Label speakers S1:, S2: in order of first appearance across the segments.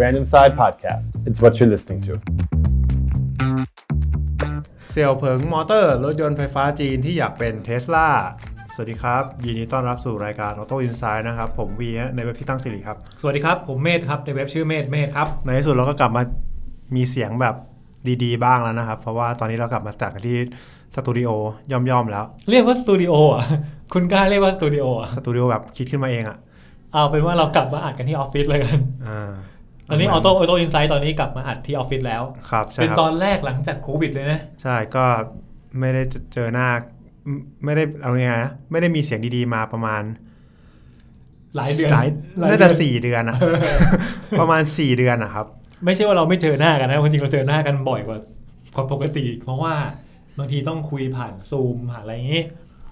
S1: Random Side Podcast. It's what you're listening to.
S2: เซลล์เผิงมอเตอร์รถยนต์ไฟฟ้าจีนที่อยากเป็นเทสลาสวัสดีครับ ยินดีต้อนรับสู่รายการ Auto Insight นะครับ ผมวีฮะในเว็บพี่ตั้งสิริครับ
S3: สวัสดีครับ ผมเมธครับ ในเว็บชื่อเมธเมธครับ
S2: ในที่สุดเราก็กลับมามีเสียงแบบดีๆ บ้างแล้วนะครับ เพราะว่าตอนนี้เรากลับมาจากนที่สตูดิโอย่อมๆ แล้ว
S3: เรียกว่าสตูดิโออ่ะ คุณกล้าเรียกว่าสตูดิโออ่ะ
S2: สตูดิโอแบบคิดขึ้นมาเองอะ
S3: เอาเป็นว่าเรากลับมาอัดกันที่ออฟฟิศเลยกัน
S2: อ่า
S3: ตอนนี้ออโต้ออโต้อินไซต์ตอนนี้กลับมาอัดที่ออฟฟิศแล้ว
S2: ครับใช่
S3: เป็น
S2: ครับ
S3: ตอนแรกหลังจากโควิดเลยนะ
S2: ใช่ก็ไม่ได้เจอหน้าไม่ไม่ได้เอาไงนะไม่ได้มีเสียงดีๆมาประมาณ
S3: หลายเดือน
S2: หลาย
S3: หลย
S2: น่า
S3: เดื
S2: จะ
S3: อ
S2: สี่เดือน อะ ประมาณสี่เดือนนะครับ
S3: ไม่ใช่ว่าเราไม่เจอหน้ากันนะจริงๆเราเจอหน้ากันบ่อยกว่าความปกติ เพราะว่าบางทีต้องคุยผ่านซูมผ่านอะไรอย่างนี้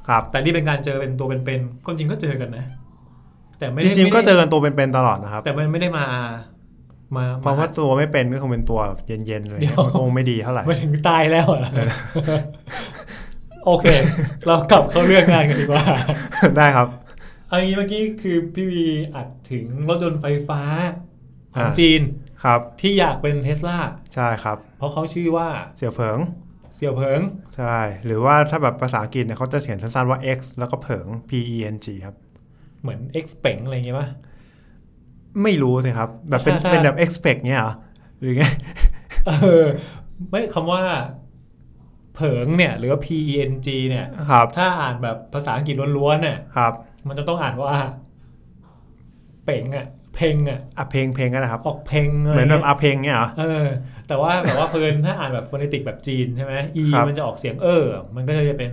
S2: ครับ
S3: แต่นี่เป็นการเจอเป็นตัวเป็นๆความจริงก็เจอกันนะ แต่ไม่
S2: จ
S3: ได้
S2: ริงๆก็
S3: ไม่ได้
S2: เจอกันตัวเป็นๆตลอดนะครับ
S3: แต่มันไม่ได้มา มา
S2: เพราะ
S3: ม
S2: ว่าตัวไม่เป็นก็คงเป็นตัวแบบเย็นๆเลย
S3: เดี๋ยว
S2: มันคงไม่ดีเท่าไหร่
S3: ไม่ถึงตายแล้วเหรอ โอเค เรากลับเข้าเรื่องงานกันดีกว่า
S2: ได้ครับ
S3: เอางี้เมื่อกี้คือพี่วีอัดถึงรถยนต์ไฟฟ้าของ
S2: อ่า
S3: จีน
S2: ครับ
S3: ที่อยากเป็นเทสลา
S2: ใช่ครับ
S3: เพราะเขาชื่อว่า
S2: เสี่ยวเผิง
S3: เสี่ยวเผิง
S2: ใช่ หรือว่าถ้าแบบภาษาอังกฤษเนี่ยเขาจะเขียนสั้นๆว่า x แล้วก็เผิง p e n g ครับ
S3: เหมือนเอ็กซ์เป่งอะไรอย่างเงี้ยป่ะ
S2: ไม่รู้สิครับ แบบเป็น
S3: ใช่ใช่
S2: เป็นแบบ expect เนี่ยเหรอหรือไง
S3: เออ ไม่คำว่า เผิงเนี่ย หรือว่า P E N G เนี่ย
S2: ครับ
S3: ถ้าอ่านแบบภาษาอังกฤษล้วนๆเนี่ย
S2: ครับ
S3: มันจะต้องอ่านว่า เป่งอะเพ่งอะ
S2: อะเพลงเพลงกันนะครับ
S3: ออกเพ่งะ
S2: เห
S3: ไร
S2: มือนแบ
S3: งี้ย
S2: บอะเพลงเนี่ยเหรอ
S3: เออแต่ว่าแบบว่าเพลินถ้าอ่านแบบฟอนิติกแบบจีนใช่ไหมอี
S2: ครับ
S3: มันจะออกเสียงเออ มันก็เลยจะเป็น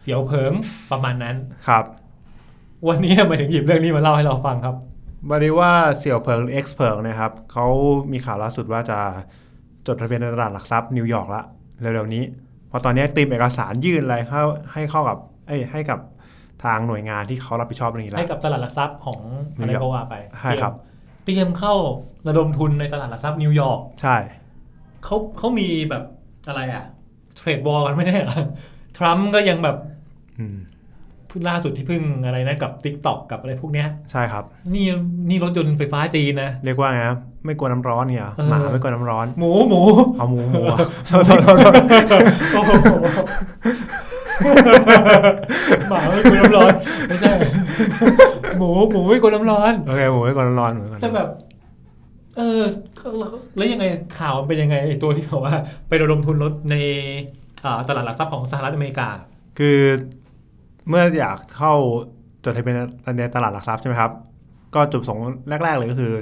S3: เสียวเผิงประมาณนั้น
S2: ครับ
S3: วันนี้ทำไมถึงหยิบเรื่องนี้มาเล่าให้เราฟังครับ
S2: บริว่าเสี่ยวเผิงหรือ x เผิงเนะครับเขามีข่าวล่าสุดว่าจะจดทะเบียนในตลาดหลักทรัพย์นิวยอร์กละเร็วๆนี้เพอตอนนี้เตรียมเอกสารยื่นอะไรเข้าให้เข้ากับเอ้ยให้กับทางหน่วยงานที่เขารับผิดชอบเรื่องนี้ละ
S3: ให้กับตลาดหลักทรัพย์ของอะไรก็ว่าไป
S2: ใช่ครับ
S3: เตรียมเข้าระดมทุนในตลาดหลักทรัพย์นิวยอร์ก
S2: ใช่
S3: เขาเขามีแบบอะไรอะเทรดวอลกันไม่ใช่เหรอทรัมป์ก็ยังแบบ
S2: อืม
S3: เพิ่งล่าสุดที่เพิ่งอะไรนะกับ t ิ k t o k กับอะไรพวกเนี้ย
S2: ใช่ครับ
S3: นี่นี่รถยนต์ไฟฟ้าจีนนะ
S2: เรียกว่าไงนะไม่กลัวน้ำร้อนเนี่ยเหรอ
S3: เออ
S2: หมาไม่กลัวน้ำร้อน
S3: หมูหมู
S2: เอาหมูห มูอะโทษโทษโทษโทษ
S3: โอ้โหหมาไม่กลัวน้ำร้อนไม่ใช่หมูหมูไม่กลัวน้ำร้อน
S2: โอเคหมูไม่กลัวน้ำร้อนหมูไม่กลัว
S3: แต่
S2: น้ำร้อน
S3: แบบ เออแล้วยังไงข่าวมันเป็นยังไงไอ้ตัวที่บอกว่า ไประดมทุนรถในอ่าตลาดหลักทรัพย์ของสหรัฐอเมริกา
S2: คือเมื่ออยากเข้าจดทะเบียนในตลาดหลักทรัพย์ใช่ไหมครับ ก็จุดประสงค์แรก ๆ เลยก็คือ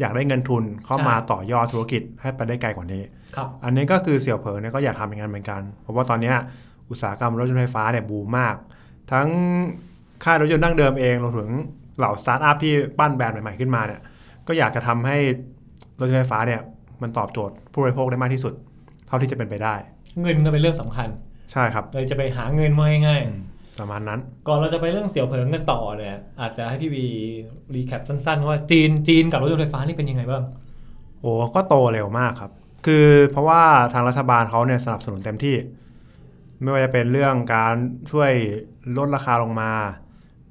S2: อยากได้เงินทุนเข้ามา
S3: ใช่
S2: ต่อยอดธุรกิจให้ไปได้ไกลกว่านี้
S3: ครับ
S2: อันนี้ก็คือเสี่ยวเผิงเนี่ยก็อยากทำอย่างนั้นเหมือนกัน เพราะว่าตอนเนี้ยอุตสาหกรรมรถยนต์ไฟฟ้าเนี่ยบูมมาก ทั้งค่ายรถยนต์ดั้งเดิมเองรวมถึงเหล่าสตาร์ทอัพที่ปั้นแบรนด์ใหม่ๆขึ้นมาเนี่ยก็อยากจะทำให้รถยนต์ไฟฟ้าเนี่ยมันตอบโจทย์ผู้บริโภคได้มากที่สุด เท่าที่จะเป็นไปได้
S3: เงินก็เป็นเรื่องสำคัญ
S2: ใช่ครับ
S3: เลยจะไปหาเงินมาง่าย
S2: อืมประมาณนั้น
S3: ๆก่อนเราจะไปเรื่องเสี่ยวเผิงกันต่อเนี่ยอาจจะให้พี่วีรีแคปสั้นๆว่าจีนจีนกับรถยนต์ไฟฟ้านี่เป็นยังไงบ้าง
S2: โอ้ก็โตเร็วมากครับ คือเพราะว่าทางรัฐบาลเขาเนี่ยสนับสนุนเต็มที่ ไม่ว่าจะเป็นเรื่องการช่วยลดราคาลงมา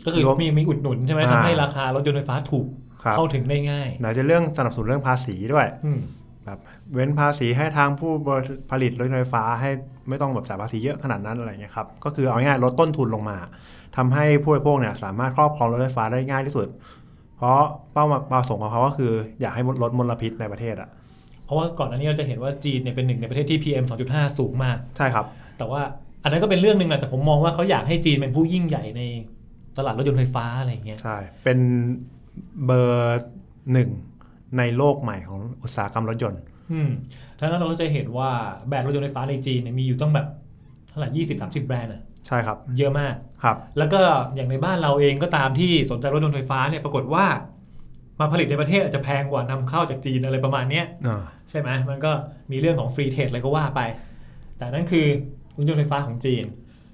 S3: ก็คือ
S2: รวม
S3: มีมีอุดหนุนใช่ไหม
S2: อ่า
S3: ทำให้ราคารถยนต์ไฟฟ้าถูก
S2: ครับ
S3: เข้าถึงได้ง่าย
S2: ไหนจะเรื่องสนับสนุนเรื่องภาษีด้วย
S3: อืม
S2: แบบเว้นภาษีให้ทางผู้บริผลิตรถยนต์ไฟฟ้าให้ไม่ต้องแบบจ่ายภาษีเยอะขนาดนั้นอะไรเงี้ยครับก็คือเอาง่ายๆลดต้นทุนลงมาทำให้ผู้บริโภคเนี่ยสามารถครอบครองรถไฟฟ้าได้ง่ายที่สุด เพราะเป้าหมายเป้าประสงค์ของเขาก็คือ อยากให้ลดมลพิษในประเทศอ่ะ
S3: เพราะว่าก่อนอันนี้เราจะเห็นว่าจีนเนี่ยเป็นหนึ่งในประเทศที่ PM 2.5 สูงมาก
S2: ใช่ครับ
S3: แต่ว่าอันนั้นก็เป็นเรื่องหนึ่งแหละแต่ผมมองว่าเขาอยากให้จีนเป็นผู้ยิ่งใหญ่ในตลาดรถยนต์ไฟฟ้าอะไรอย่างเงี้ย
S2: ใช่ เป็นเบอร์หนึ่งในโลกใหม่ของอุตสาหกรรมรถยนต์
S3: อืมทั้งนั้นเราก็จะเห็นว่าแบรนด์รถยนต์ไฟฟ้าในจีนเนี่ยมีอยู่ต้องแบบเท่าไหร่ยี่สิบสามสิบแบรนด์อะ
S2: ใช่ครับ
S3: เยอะมาก
S2: ครับ
S3: แล้วก็อย่างในบ้านเราเองก็ตามที่สนใจรถยนต์ไฟฟ้าเนี่ยปรากฏว่า มาผลิตในประเทศอาจจะแพงกว่านำเข้าจากจีนอะไรประมาณเนี้ย
S2: อ่า
S3: ใช่ไหมมันก็มีเรื่องของฟรีเทรดอะไรก็ว่าไป แต่นั่นคือรถยนต์ไฟฟ้าของจีน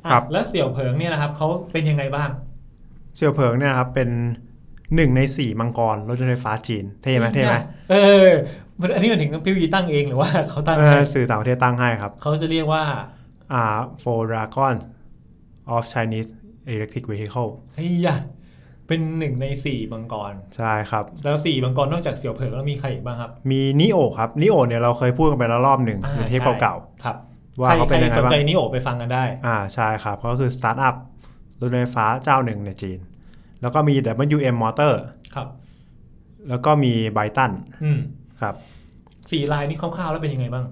S3: อ่ะ
S2: ครับ
S3: แล้วเสี่ยวเผิงเนี่ยนะครับเขาเป็นยังไงบ้าง
S2: เซียวเผิงเนี่ยนะครับเป็นหนึ่งในสี่มังกรรถยนต์ไฟฟ้าจีนเท่ไหมเท่ไหม
S3: เออมันอันนี้มันถึงพี่วีตั้งเองหรือว่า เขาตั้ง
S2: เอ
S3: ให้
S2: อสื่อต่างประเทศตั้งให้ครับ
S3: เขาจะเรียกว่า
S2: are four dragons of Chinese electric vehicle
S3: เฮ้ยยะ เป็นหนึ่งในสี่บังกร
S2: ใช่ครับ
S3: แล้วสี่บังกรนอกจากเสี่ยวเผิงแล้วมีใครอีกบ้างครับ
S2: มีนิโอครับนิโอเนี่ยเราเคยพูดกันไปแล้วรอบหนึ่ง
S3: อ่า
S2: ในเทป
S3: ใช่
S2: เก่า
S3: ครับ
S2: ๆว่าเขา
S3: ใค
S2: เป็
S3: ร
S2: นยั
S3: ใคร
S2: งไง
S3: สน
S2: บ้าง
S3: ใจนิโอไปฟังกันได้
S2: อ่าใช่ครับ ก็คือสตาร์ทอัพรถไฟฟ้าเจ้าหนึ่งในจีน แล้วก็มี WM Motor
S3: ครับ
S2: แล้วก็มีไบตัน
S3: อืม
S2: ครับ
S3: สี่ลายนี่คร่าวๆแล้วเป็นยังไงบ้าง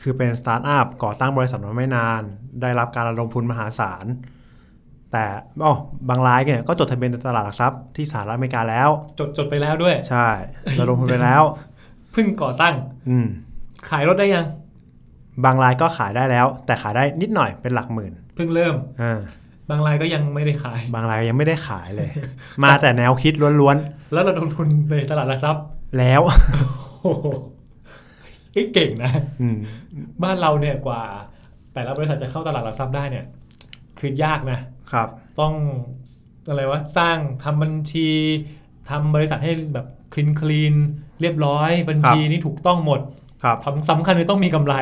S2: คือเป็นสตาร์ทอัพก่อตั้งบริษัทมาไม่นาน ได้รับการระดมทุนมหาศาล แต่อ๋อบางรายเนี่ยก็จดทะเบียนในตลาดหลักทรัพย์ที่สหรัฐอเมริกาแล้ว
S3: จดจดไปแล้วด้วย
S2: ใช่ ระดมทุนไปแล้ว
S3: เพิ่งก่อตั้ง
S2: อืม
S3: ขายรถได้ยัง
S2: บางรายก็ขายได้แล้ว แต่ขายได้นิดหน่อยเป็นหลักหมื่น
S3: เพิ่งเริ่ม
S2: อ่า
S3: บางรายก็ยังไม่ได้ขาย
S2: บางรายยังไม่ได้ขายเลย มาแต่แนวคิดล้วน
S3: แล้วระดมทุนในตลาดหลักทรัพย์
S2: ๆ แล้ว
S3: โอ้โหเฮ้ยเก่งนะ
S2: อืม
S3: บ้านเราเนี่ยกว่า แต่ละบริษัทจะเข้าตลาดหลักทรัพย์ได้เนี่ย คือยากนะ
S2: ครับ
S3: ต้องอะไรวะสร้างทำบัญชีทำบริษัทให้แบบคลีนคลีนเรียบร้อย บัญชีนี่ถูกต้องหมด
S2: ครับ
S3: สำสำคัญเลยต้องมีกำไร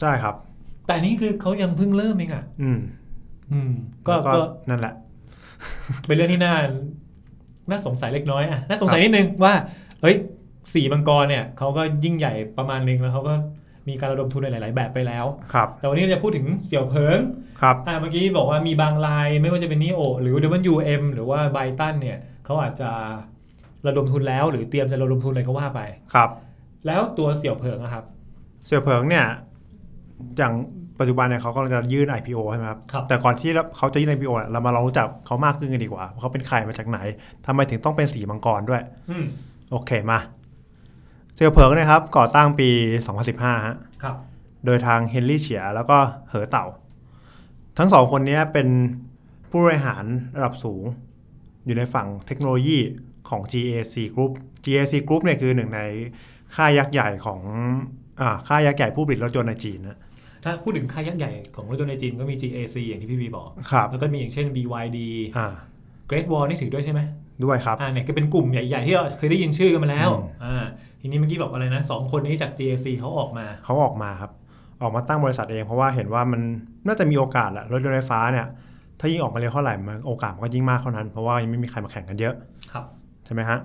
S2: ใช่ครับ
S3: แต่อันนี่คือเขายังเพิ่งเริ่มเองอ่ะ
S2: อืม
S3: อืม ก็
S2: แล้ว
S3: ก็
S2: นั่นแหละ
S3: เป็นเรื่องที่น่าน่าสงสัยเล็กน้อยอ่ะน่าสงสัยนิดนึงว่า เฮ้ยสี่บังกรเนี่ยเขาก็ยิ่งใหญ่ประมาณนึงแล้วเขาก็มีการระดมทุนในหลาย ๆ แบบไปแล้ว
S2: ครับ
S3: แต่วันนี้เราจะพูดถึงเสี่ยวเพิง
S2: ครับ
S3: อ่าเมื่อกี้บอกว่ามีบางรายไม่ว่าจะเป็นนิโอหรือ WM หรือว่าไบตันเนี่ยเขาอาจจะระดมทุนแล้ว หรือเตรียมจะระดมทุนอะไรก็ว่าไป
S2: ครับ
S3: แล้วตัวเสี่ยวเผิงนะครับ
S2: เสี่ยวเผิงเนี่ย อย่างปัจจุบันเนี่ยเขากำลังจะยื่น IPO ใช่ไหมครับ
S3: ครับ
S2: แต่ก่อนที่เขาจะยื่น IPO เนี่ยเรามาลองรู้จักเขามากขึ้นกันดีกว่าว่าเขาเป็นใครมาจากไหนทำไมถึงต้องเป็นสีมังกรด้วย
S3: อืม
S2: โอเคมา เสี่ยวเผิงเนะครับ ก่อตั้งปี 2015ฮะ
S3: ครับ
S2: โดยทางเฮนรี่เฉียแล้วก็เหอเต่า ทั้งสองคนเนี้ยเป็นผู้บริหารระดับสูง อยู่ในฝั่งเทคโนโลยีของ GAC Group GAC Group เนี่ยคือหนึ่งในค่ายยักษ์ใหญ่ของอ่าค่ายยักษ์ใหญ่ผู้ผลิตรถยนต์ในจีนนะ
S3: ถ้าพูดถึงค่ายยักษ์ใหญ่ของรถยนต์ในจีนก็มี GAC อย่างที่พี่วีบอก
S2: ครับ
S3: แล้วก็มีอย่างเช่น BYD
S2: อ่า
S3: Great Wall นี่ถือด้วยใช่ไหม
S2: ด้วยครับ
S3: อ่าเนี่ยก็เป็นกลุ่มใหญ่ ๆ ที่เราเคยได้ยินชื่อกันมาแล้ว
S2: อืม
S3: อ่าทีนี้เมื่อกี้บอกอะไรนะสองคนนี้จาก GAC เขาออกมา
S2: เขาออกมาครับ ออกมาตั้งบริษัทเองเพราะว่าเห็นว่ามันน่าจะมีโอกาสแหละรถยนต์ไฟฟ้าเนี่ย ถ้ายิ่งออกมาเร็วเท่าไหร่มันโอกาสมันก็ยิ่งมากเท่านั้น เพราะว่ายังไม่มีใครมาแข่งกันเยอะ
S3: ครับ
S2: ใช่ไหมฮะ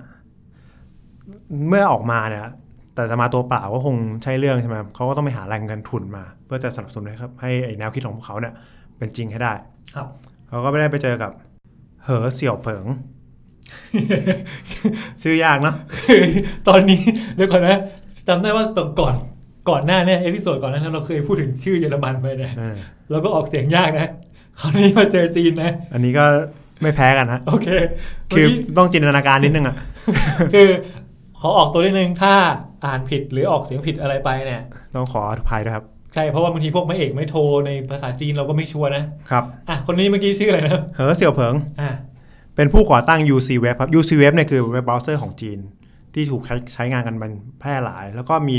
S2: เมื่อออกมาเนี่ย แต่จะมาตัวเปล่าก็คงใช่เรื่องใช่ไหมเขาก็ต้องไปหาแรงเงินทุนมา เพื่อจะสนับสนุนให้ครับให้ไอ้แนวคิดของพวกเขาเนี่ย เป็นจริงให้ได้
S3: ครับ
S2: เขาก็ไม่ได้ไปเจอกับ เหอเสี่ยวเผิง ชื่อยากเนาะ
S3: คือ ตอนนี้เดี๋ยวก่อนนะจำได้ว่าตอนก่อนก่อนหน้าเนี่ยเอพิโซดก่อนหน้านั้นเราเคยพูดถึงชื่อเยอรมันไปนะ
S2: เออ
S3: เราก็ออกเสียงยากนะคราวนี้มาเจอจีนนะ
S2: อันนี้ก็ไม่แพ้กันฮะ
S3: โอเคเมื่
S2: คือ
S3: กี้
S2: ต้องจินตนาการนิดนึงอ่ะ
S3: คือขอออกตัวนิดนึงถ้าอ่านผิดหรือออกเสียงผิดอะไรไปเนี่ย
S2: ต้องขออภัยด้วยครับ
S3: ใช่เพราะว่าบางทีพวกไม่เอกไม่โทรในภาษาจีนเราก็ไม่ชัวร์นะครับ อ่ะคนนี้เมื่อกี้ชื่ออะไรนะ
S2: เหอเสี่ยวเผิง
S3: อ่ะ
S2: เป็นผู้ก่อตั้ง UC Web ครับ UC Web เนี่ยคือเว็บเบราว์เซอร์ของจีน ที่ถูกใช้ใช้งานกันเป็นแพร่หลาย แล้วก็มี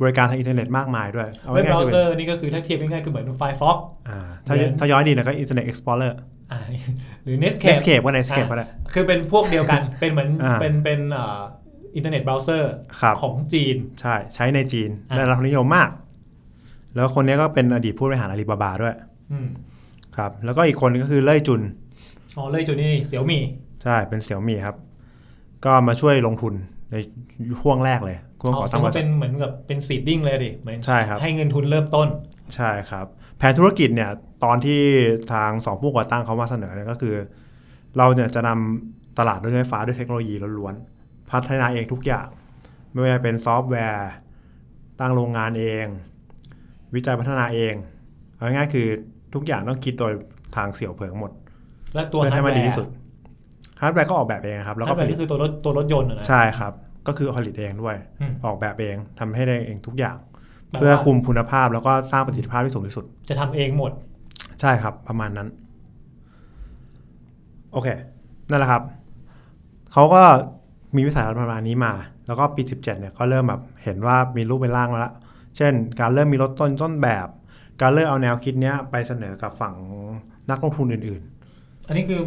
S2: บริการทางอินเทอร์เน็ตมากมายด้วย
S3: เว็บ
S2: ง่ย
S3: เบ
S2: ๆ
S3: ราว์
S2: คื
S3: เซอร์นี่ก็คือถ้าเทียบง่ายๆคือเหมือน Firefox
S2: อ่าถ้าถ้าย้อยดีหนะก็ Internet Explorer
S3: อ่ะ หรือ Netscape
S2: Netscape ก็ได้ Netscape
S3: อ่ะ
S2: ก็ได้
S3: คือเป็นพวกเดียว กัน เป็นเหมือน
S2: อ่า
S3: เป็นเป็นเอ่ออินเทอร์เน็ตเบราว์เซอร์
S2: ครับ
S3: ของจีน
S2: ใช่ ใช้ในจีน
S3: อ่ะ
S2: ได้รับความนิยมมาก แล้วคนนี้ก็เป็นอดีตผู้บริหารอาลีบาบาด้วย
S3: อืม
S2: ครับ แล้วก็อีกคนก็คือเล่ยจุน
S3: อ๋อเลยจุดนี้เสี่ยวมี่
S2: ใช่ เป็นเสี่ยวมี่ครับ ก็มาช่วยลงทุนในช่วงแรกเลยช่วง
S3: อ๋
S2: ก่
S3: อ
S2: อ
S3: แส
S2: ตั้
S3: ด
S2: ง
S3: ง
S2: บริ
S3: ว่า
S2: ษั
S3: เป็
S2: ท
S3: นเหมือนกับเป็นซีดดิ้งเลยดิเหมือน
S2: ใช่ครับ
S3: ให้เงินทุนเริ่มต้น
S2: ใช่ครับ แผนธุรกิจเนี่ยตอนที่ทางสองผู้ก่อตั้งเขามาเสนอเนี่ยก็คือ เราเนี่ยจะนำตลาดรถไฟฟ้าด้วยเทคโนโลยีล้วนๆพัฒนาเองทุกอย่าง ไม่ว่าจะเป็นซอฟต์แวร์ ตั้งโรงงานเอง วิจัยพัฒนาเองเอาง่ายๆคือทุกอย่างต้องคิดโดยทางเสี่ยวเผิงหมด
S3: และตัว
S2: เพื่อ
S3: ฮา
S2: ให้มั
S3: ร์ด
S2: น
S3: แว
S2: ดี
S3: ร์
S2: ที่สุดฮาร์ดแวร์ก็ออกแบบเองครับ แล้ว
S3: ฮา
S2: ก็
S3: ร์ดแว
S2: ผ
S3: ร์
S2: ลิต
S3: ก็คือตัวรถตัวรถยนต์อะนะ
S2: ใช่ครับ ก็คือผลิตเองด้วย
S3: อืม
S2: ออกแบบเองทำให้ได้เองทุกอย่าง
S3: แปลว่า
S2: เพื่อคุมคุณภาพแล้วก็สร้างประสิทธิภาพที่สูงที่สุด
S3: จะทำเองหมด
S2: ใช่ครับ ประมาณนั้น โอเค นั่นแหละครับ เขาก็มีวิสัยทัศน์ประมาณนี้มา แล้วก็ปี 17เนี่ยก็เริ่มแบบเห็นว่ามีรูปเป็นร่างมาแล้ว เช่น การเริ่มมีรถต้นต้นแบบ การเริ่มเอาแนวคิดเนี้ยไปเสนอกับฝั่งนักลงทุนอื่น
S3: อันนี้คือ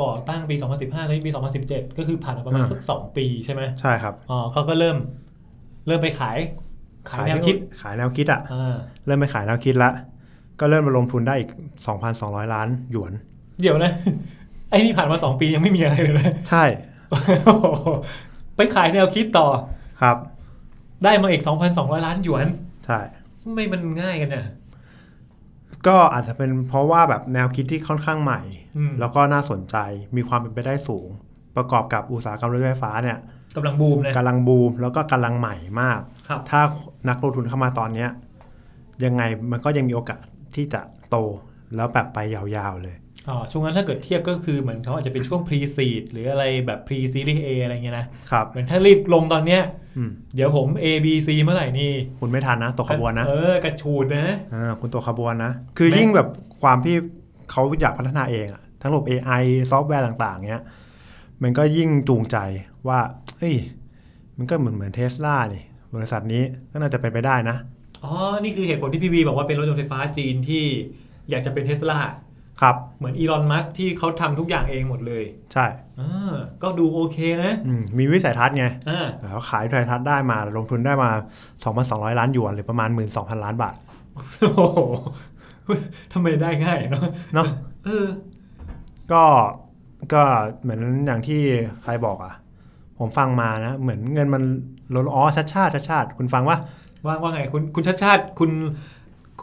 S3: ก่อตั้งปี 2015แล้วปี 2017 ก็คือผ่านมาประมาณ
S2: อ่า
S3: สักสองปีใช่ไหม
S2: ๆ ใช่ครับ
S3: อ๋อเขาก็เริ่ม เริ่มไปขาย ขายแนวคิด
S2: ขายแนวคิดอ่ะ
S3: อ่า
S2: เริ่มไปขายแนวคิดละ ก็เริ่มมาลงทุนได้อีก 2,200 ล้านหยวน
S3: เดี๋ยวนะ ไอ้นี่ผ่านมาสองปียังไม่มีอะไรเลยนะ
S2: ใช่
S3: โอ้โหไปขายแนวคิดต่อ
S2: ครับ
S3: ได้มาอีก 2,200 ล้านหยวน
S2: ใช่
S3: ไม่มันง่ายกันเนี่ย
S2: ก็อาจจะเป็นเพราะว่าแบบแนวคิดที่ค่อนข้างใหม่
S3: อืม
S2: แล้วก็น่าสนใจมีความเป็นไปได้สูง ประกอบกับอุตสาหกรรมรถไฟฟ้าเนี่ย
S3: กำลังบูมนะ
S2: กำลังบูมแล้วก็กำลังใหม่มาก
S3: ครับ
S2: ถ้านักลงทุนเข้ามาตอนเนี้ยยังไงมันก็ยังมีโอกาสที่จะโตแล้วแบบไปยาวๆเลย
S3: อ๋อ ช่วงนั้นถ้าเกิดเทียบก็คือเหมือนเขาอาจจะเป็นช่วง pre seed หรืออะไรแบบ pre series A อะไรเงี้ยนะ
S2: ครับ
S3: เหมือนถ้ารีบลงตอนเนี้ย
S2: อืม
S3: เดี๋ยวผม A B C เมื่อไหร่นี่
S2: คุณไม่ทันนะตกขบวนนะ
S3: เออกระชูดนะ
S2: อ่าคุณตกขบวนนะ คือ
S3: แม่
S2: ยิ่งแบบความที่เขาอยากพัฒนาเองอะทั้งระบบ AI ซอฟต์แวร์ต่างๆเนี้ยมันก็ยิ่งจูงใจว่าเฮ้ยมันก็เหมือนเหมือนเทสลานี่ บริษัทนี้ก็น่าจะเป็นไปได้นะ
S3: อ๋อ นี่คือเหตุผลที่พี่บีบอกว่าเป็นรถยนต์ไฟฟ้าจีนที่อยากจะเป็นเทสลา
S2: ครับ
S3: เหมือนอีลอนมัสที่เขาทำทุกอย่างเองหมดเลย
S2: ใช่
S3: อ่าก็ดูโอเคนะ
S2: อืมมีวิสัยทัศน์ไง
S3: อ่า
S2: เขาขายวิสัยทัศน์ได้มาลงทุนได้มา 2,200 ล้านหยวนหรือประมาณ 12,000 ล้านบาท
S3: โอ้โห ทำไมได้ง่ายเนาะ
S2: เนาะ
S3: เออ
S2: ก็ก็เหมือนอย่างที่ใครบอกอ่ะ ผมฟังมานะ เหมือนเงินมันลดอ๋อชาติชาติชาติชาติคุณฟังว่า
S3: ว่าว่าไงคุณคุณชาติชาติคุณ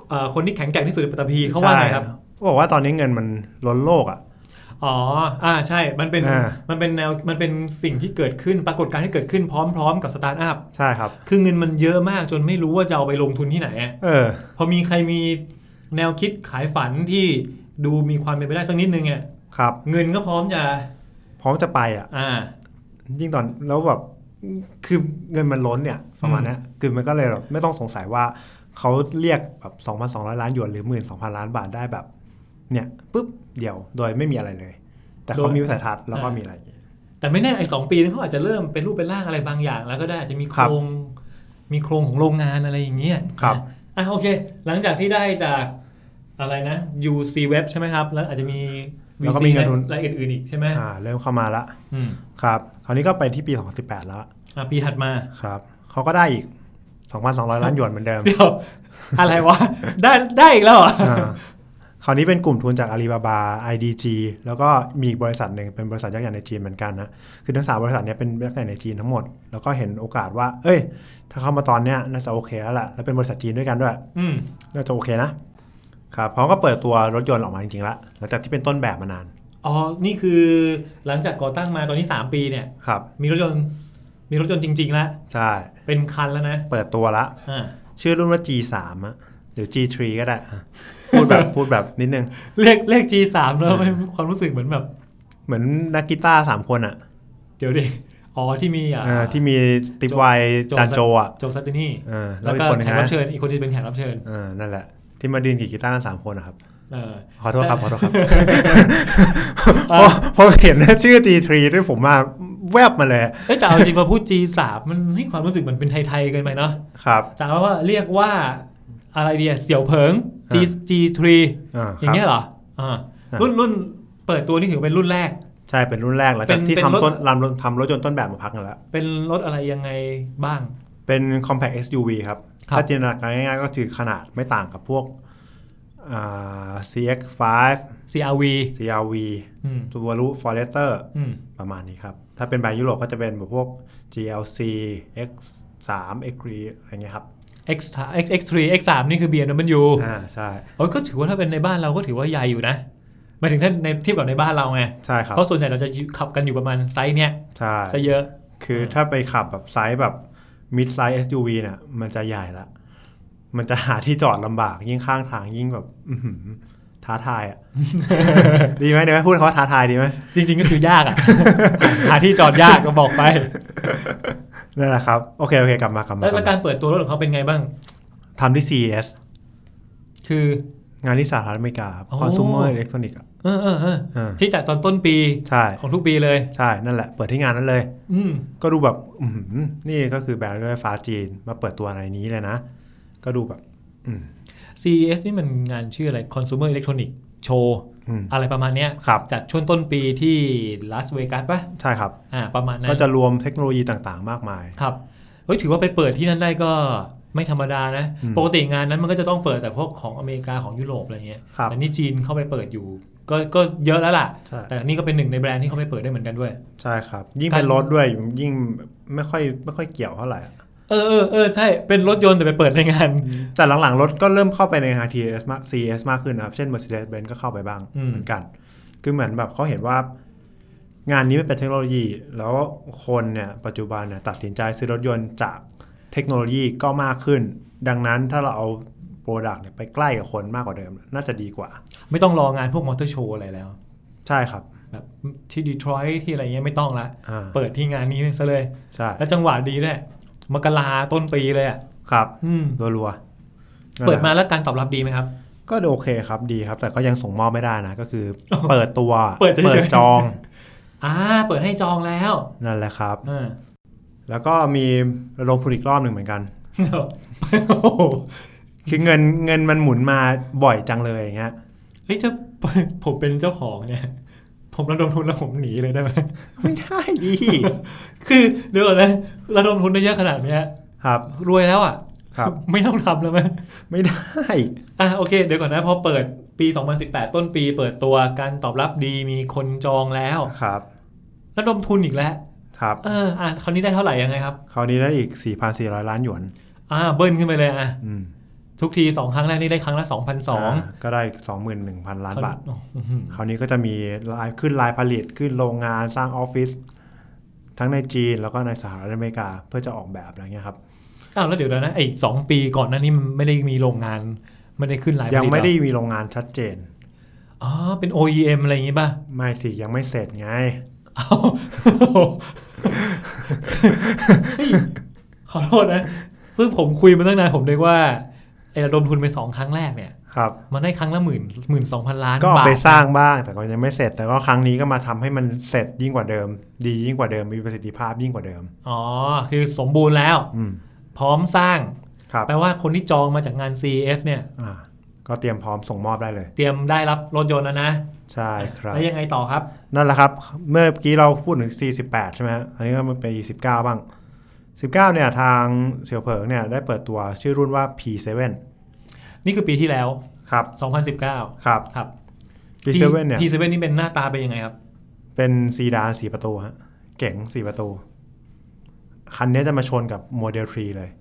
S3: เอ่อคนที่แข็งแกร่งที่สุดในปัตตภีเขาว่าไงครับ
S2: เขาบอกว่าตอนนี้เงินมันล้นโลกอ่ะ
S3: อ๋อ อ่าใช่ มันเป็น
S2: อ่า
S3: มันเป็นแนวมันเป็นสิ่งที่เกิดขึ้นปรากฏการณ์ที่เกิดขึ้นพร้อมๆ กับสตาร์ทอัพ
S2: ใช่ครับ
S3: คือเงินมันเยอะมากจนไม่รู้ว่าจะเอาไปลงทุนที่ไหนอะ
S2: เออ
S3: พอมีใครมีแนวคิดขายฝันที่ดูมีความเป็นไปได้สักนิดนึงอ่ะ
S2: ครับ
S3: เงินก็พร้อมจะ
S2: พร้อมจะไปอ่ะ
S3: อ่า
S2: ยิ่งตอนแล้วแบบคือเงินมันล้นเนี่ยประมาณเนี้ยคือมันก็เลยแบบไม่ต้องสงสัยว่าเขาเรียกแบบ 2,200 ล้านหยวนหรือ 12,000 ล้านบาทได้แบบ เนี่ยปุ๊บเดียวโดยไม่มีอะไรเลย แต่เขามีวิสัยทัศน์แล้วก็มีอะไรอย่างเงี้ย
S3: แต่ไม่แน่ไอ้สองปีนั้นเขาอาจจะเริ่มเป็นรูปเป็นร่างอะไรบางอย่าง แล้วก็ได้อาจจะมีโค
S2: ครับ
S3: รงมีโครงของโรงงานอะไรอย่างเงี้ย
S2: ครับ
S3: นะอ่ะโอเค หลังจากที่ได้จากอะไรนะ UC Web ใช่ไหมครับ แล้วอาจจะมี
S2: แล้วก็
S3: VC
S2: มีเงินทุน
S3: และอื่นๆอีกใช่ไหม
S2: อ่าเริ่มเข้ามาละ
S3: อืม
S2: ครับ คราวนี้ก็ไปที่ปี 2018 แล้ว
S3: อ่ะปีถัดมา
S2: ครับ เขาก็ได้อีก 2,200 ล้านหยวนเหมือนเดิม
S3: เดี๋ยว อะไรวะ ได้ได้อีกแล้วเหรอ
S2: อ่าคราวนี้เป็นกลุ่มทุนจากอาลีบาบา IDG แล้วก็มีอีกบริษัทหนึ่งเป็นบริษัทยักษ์ใหญ่ในจีนเหมือนกันนะ คือทั้งสามบริษัทเนี้ยเป็นยักษ์ใหญ่ในจีนทั้งหมด แล้วก็เห็นโอกาสว่า เอ้ย ถ้าเข้ามาตอนเนี้ยน่าจะโอเคแล้วล่ะ แล้วเป็นบริษัทจีนด้วยกันด้วย
S3: อืม
S2: น่าจะโอเคนะ ครับเขาก็เปิดตัวรถยนต์ออกมาจริงๆละหลังจากที่เป็นต้นแบบมานาน
S3: อ๋อ นี่คือหลังจากก่อตั้งมาตอนนี้ 3 ปีเนี่ย
S2: ครับ
S3: มีรถยนต์มีรถยนต์จริง ๆ แล้ว
S2: ใช่
S3: เป็นคันแล้วนะ
S2: เปิดตัวละ
S3: อ่า
S2: ชื่อรุ่นว่า G3 อะหรือ G3 ก็ได้อะพูดแบบพู ดแบบนิดนึง
S3: เรียกเรียก G3 แล้วมันความรู้สึกเหมือนแบบ
S2: เหมือนนักกีตาร์สามคนอ่ะ
S3: เดี๋ยวดิอ๋อที่มีอ่ะ
S2: เออที่มีติปไวน์จานโจอ่ะ
S3: โจซัตตินี่
S2: เออแล้
S3: แล้ว
S2: อี
S3: วก็
S2: กคนหนึง
S3: แขกรับ
S2: นะ
S3: เชิญ อีกคนที่เป็นแขกรับเชิญ
S2: เออนั่นแหละ ที่มาดืนกับกีตาร์กันสามคนนะครับ
S3: เออ
S2: ขอโทษครับ ขอโทษครับ
S3: อ่ะ
S2: เพราะเพอเห็นชื่อ G3 ด้วยผมมาแวบมาเลย
S3: เอ้ยแต่เอาจริงมาพูด G3 มันให้ความรู้สึกเหมันเป็นไทยๆเกินไปเนาะ
S2: ครับ
S3: จากว่าเรียกว่าอะไรเดียเสี่ยวเผิง G
S2: อ่า
S3: G3
S2: อ่า
S3: อย่า
S2: ครับ
S3: งเงี้ยเหรออ่า
S2: อ่า
S3: รุ่นรุ่นเปิดตัวนี่ถือเป็นรุ่นแรก
S2: ใช่เป็นรุ่นแรกหลัง
S3: เป็
S2: จาก
S3: น
S2: ที่
S3: เป็นรถ
S2: ทำต้นรำทำรถยนต์ต้นแบบมาพักหนึงแล้ว
S3: เป็นรถอะไรยังไงบ้าง
S2: เป็น compact SUV ครับ
S3: ครับ
S2: ถ้าจินตนาการง่ายๆก็คือขนาดไม่ต่างกับพวกอ่า CX5
S3: CRV
S2: CRV
S3: อืม
S2: ตัวรุ Forester
S3: อืม
S2: ประมาณนี้ครับ ถ้าเป็นแบรนด์ยุโรปก็จะเป็นแบบพวก GLC X3 X3 อะไรเงี้ยครับ
S3: X X X3 X3 นี่คือ BMW
S2: อ่า ใช่
S3: โอ้ยก็ถือว่าถ้าเป็นในบ้านเราก็ถือว่าใหญ่อยู่นะหมายถึงถ้าในเทียบกับในบ้านเราไง
S2: ใช่ครับ
S3: เพราะส่วนใหญ่เราจะขับกันอยู่ประมาณไซส์เนี้ย
S2: ใช่
S3: ซะเยอะ
S2: คือถ้าไปขับแบบไซส์แบบ mid size SUV เนี่ยมันจะใหญ่ละ มันจะหาที่จอดลำบากยิ่งข้างทางยิ่งแบบ อื้อหือท้าทาย อ่ะ ดีไหมดีไหมพูดคำว่าท้าทายดีไหม
S3: จริงๆก็คือยากอ่ะ หาที่จอดยากก็บอกไป
S2: นั่นแหละครับ โอเคโอเคกลับมากลับมา
S3: แล้วแล้ว
S2: กลั
S3: กา
S2: บมาร
S3: เปิดตัวรถของเขาเป็นไงบ้าง
S2: ทำที่ CES
S3: คือ
S2: งานที่สหรัฐอเมริกาครับ
S3: โอ้
S2: Consumer Electronics อ่ะ
S3: เออเออเออ
S2: อ่า
S3: ที่จัดตอนต้นปี
S2: ใช่
S3: ของทุกปีเลย
S2: ใช่นั่นแหละ เปิดที่งานนั้นเลย
S3: อืม
S2: ก็ดูแบบอื้อหือนี่ก็คือแบรนด์รถไฟฟ้าจีนมาเปิดตัวในนี้เลยนะ ก็ดูแบบ อืม
S3: CES นี่มันงานชื่ออะไร Consumer Electronic Show
S2: อืม
S3: อะไรประมาณเนี้ย
S2: ครับ
S3: จัดช่วงต้นปีที่ลาสเวกัสปะ
S2: ใช่ครับ
S3: อ่า ประมาณนั้น
S2: ก็จะรวมเทคโนโลยีต่างๆ มากมาย
S3: ครับเฮ้ยถือว่าไปเปิดที่นั่นได้ก็ไม่ธรรมดานะ
S2: อืม
S3: ปกติงานนั้นมันก็จะต้องเปิดแต่พวกของอเมริกาของยุโรปอะไรเงี้ย
S2: ครับ
S3: แต่นี่จีนเข้าไปเปิดอยู่ ก็ก็เยอะแล้วล่ะ
S2: ใช่
S3: แต่นี่ก็เป็นหนึ่งในแบรนด์ที่เขาไปเปิดได้เหมือนกันด้วย
S2: ใช่ครับ ยิ่งเป็นรถด้วยยิ่งไม่ค่อยไม่ค่อยเกี่ยวเท่าไหร่อะ
S3: เออเออเออใช่เป็นรถยนต์แต่ไปเปิดในงาน
S2: แต่หลังๆรถก็เริ่มเข้าไปใน RTS มาก CS มากขึ้นนะครับ เช่น Mercedes-Benz ก็เข้าไปบ้าง
S3: อืม
S2: เหมือนกัน คือเหมือนแบบเขาเห็นว่า งานนี้มันเป็นเทคโนโลยี แล้วคนเนี่ยปัจจุบันเนี่ยตัดสินใจซื้อรถยนต์จากเทคโนโลยีก็มากขึ้น ดังนั้นถ้าเราเอาโปรดักต์เนี่ยไปใกล้กับคนมากกว่าเดิม น่าจะดีกว่า
S3: ไม่ต้องรองานพวกมอเตอร์โชว์อะไรแล้ว
S2: ใช่ครับ
S3: แบบที่ดีทรอยต์ที่อะไรเงี้ยไม่ต้องละ
S2: อ่า
S3: เปิดที่งานนี้ซะเลย
S2: ใช่
S3: แล้วจังหวะดีด้วยมกราต้นปีเลยอ่ะ
S2: ครับ
S3: อืม
S2: รัวๆ
S3: เปิดมาแล้วการตอบรับดีไหมครับ
S2: ก็โอเคครับดีครับ แต่ก็ยังส่งมอบไม่ได้นะ ก็คือ
S3: โอ้
S2: เปิดตัว
S3: เปิดเฉยๆ
S2: จอง
S3: อ่าเปิดให้จองแล้ว
S2: นั่นแหละครับ
S3: อ่า
S2: แล้วก็มีระดมทุนอีกรอบหนึ่งเหมือนกัน
S3: โอ้โห
S2: คือเงินเงินมันหมุนมาบ่อยจังเลยอย่างเงี้ย
S3: เฮ้ยถ้าผมเป็นเจ้าของเนี่ย ผมระดมทุนแล้วผมหนีเลยได้ไหม
S2: ไม่ได้ดี
S3: คือเดี๋ยวก่อนนะระดมทุนได้เยอะขนาดเนี้ย
S2: ครับ
S3: รวยแล้วอ่ะ
S2: ครับ
S3: ไม่ต้องทำแล้วไหมย
S2: ไม่ได้
S3: อ่ะโอเคเดี๋ยวก่อนนะพอเปิดปี 2018 ต้นปีเปิดตัวการตอบรับดีมีคนจองแล้ว
S2: ครับ
S3: ระดมทุนอีกแล้ว
S2: ครับ
S3: เอออ่ะคราวนี้ได้เท่าไหร่ยังไงครับ
S2: คราวนี้ได้อีก 4,400 ล้านหยวน
S3: อ่าเบิ้ลขึ้นไปเลยอ่ะ
S2: อืม
S3: ทุกที 2 ครั้งแรกนี่ได้ครั้งละ2,002
S2: าก็ได้ 21,000 ล้านบาท
S3: อื้อหือ
S2: คราวนี้ก็จะมีลายขึ้นลายผลิตขึ้นโรงงานสร้างออฟฟิศทั้งในจีนแล้วก็ในสหรัฐอเมริกาเพื่อจะออกแบบอะไรเงี้ยครับ
S3: อ้าวแล้วเดี๋ยวนะไอ้สองปีก่อนหนั้านนี่มันไม่ได้มีโรงงานไม่ได้ขึ้นหลาย
S2: ยังไม่
S3: ผ
S2: ได้
S3: ลิตเหรอ
S2: มีโรงงานชัดเจน
S3: อ๋อเป็น OEM อะไรอย่างงี้ป่ะ
S2: ไม่สิยังไม่เสร็จไง
S3: เอ้าเฮ้ยขอโทษนะเพิ่งผมคุยมาตั้งนานผมเลยว่าไอ้ระดมทุนไปสองครั้งแรกเนี่ย
S2: ครับ
S3: มันได้ครั้งละหมื่นหมื่นสองพันล้าน
S2: ก็เอา
S3: บาท
S2: ไปสร้างบ้างแต่ก็ยังไม่เสร็จ แต่ก็ครั้งนี้ก็มาทำให้มันเสร็จยิ่งกว่าเดิม ดียิ่งกว่าเดิมมีประสิทธิภาพยิ่งกว่าเดิม
S3: อ๋อ คือสมบูรณ์แล้ว
S2: อืม
S3: พร้อมสร้าง
S2: ครับ
S3: แปลว่าคนที่จองมาจากงาน CES เนี่ย
S2: อ่าก็เตรียมพร้อมส่งมอบได้เลย
S3: เตรียมได้รับรถยนต์แล้วนะ
S2: ใช่ครับ
S3: แล้วยังไงต่อครับ
S2: นั่นแหละครับ เมื่อกี้เราพูดถึง 48 ใช่ไหมฮะอันนี้ก็มันไป 19 บ้าง 19 เนี่ยทางเสี่ยวเผิงเนี่ยได้เปิดตัวชื่อรุ่นว่า P7
S3: นี่คือปีที่แล้ว
S2: ครับ
S3: 2019
S2: ครับ
S3: ครับ
S2: P7 เนี่ย
S3: P7 นี่เป็นหน้าตาเป็นยังไงครับ
S2: เป็นซีดานสี่ประตูฮะเก๋งสี่ประตู คันนี้จะมาชนกับโมเดล3เลย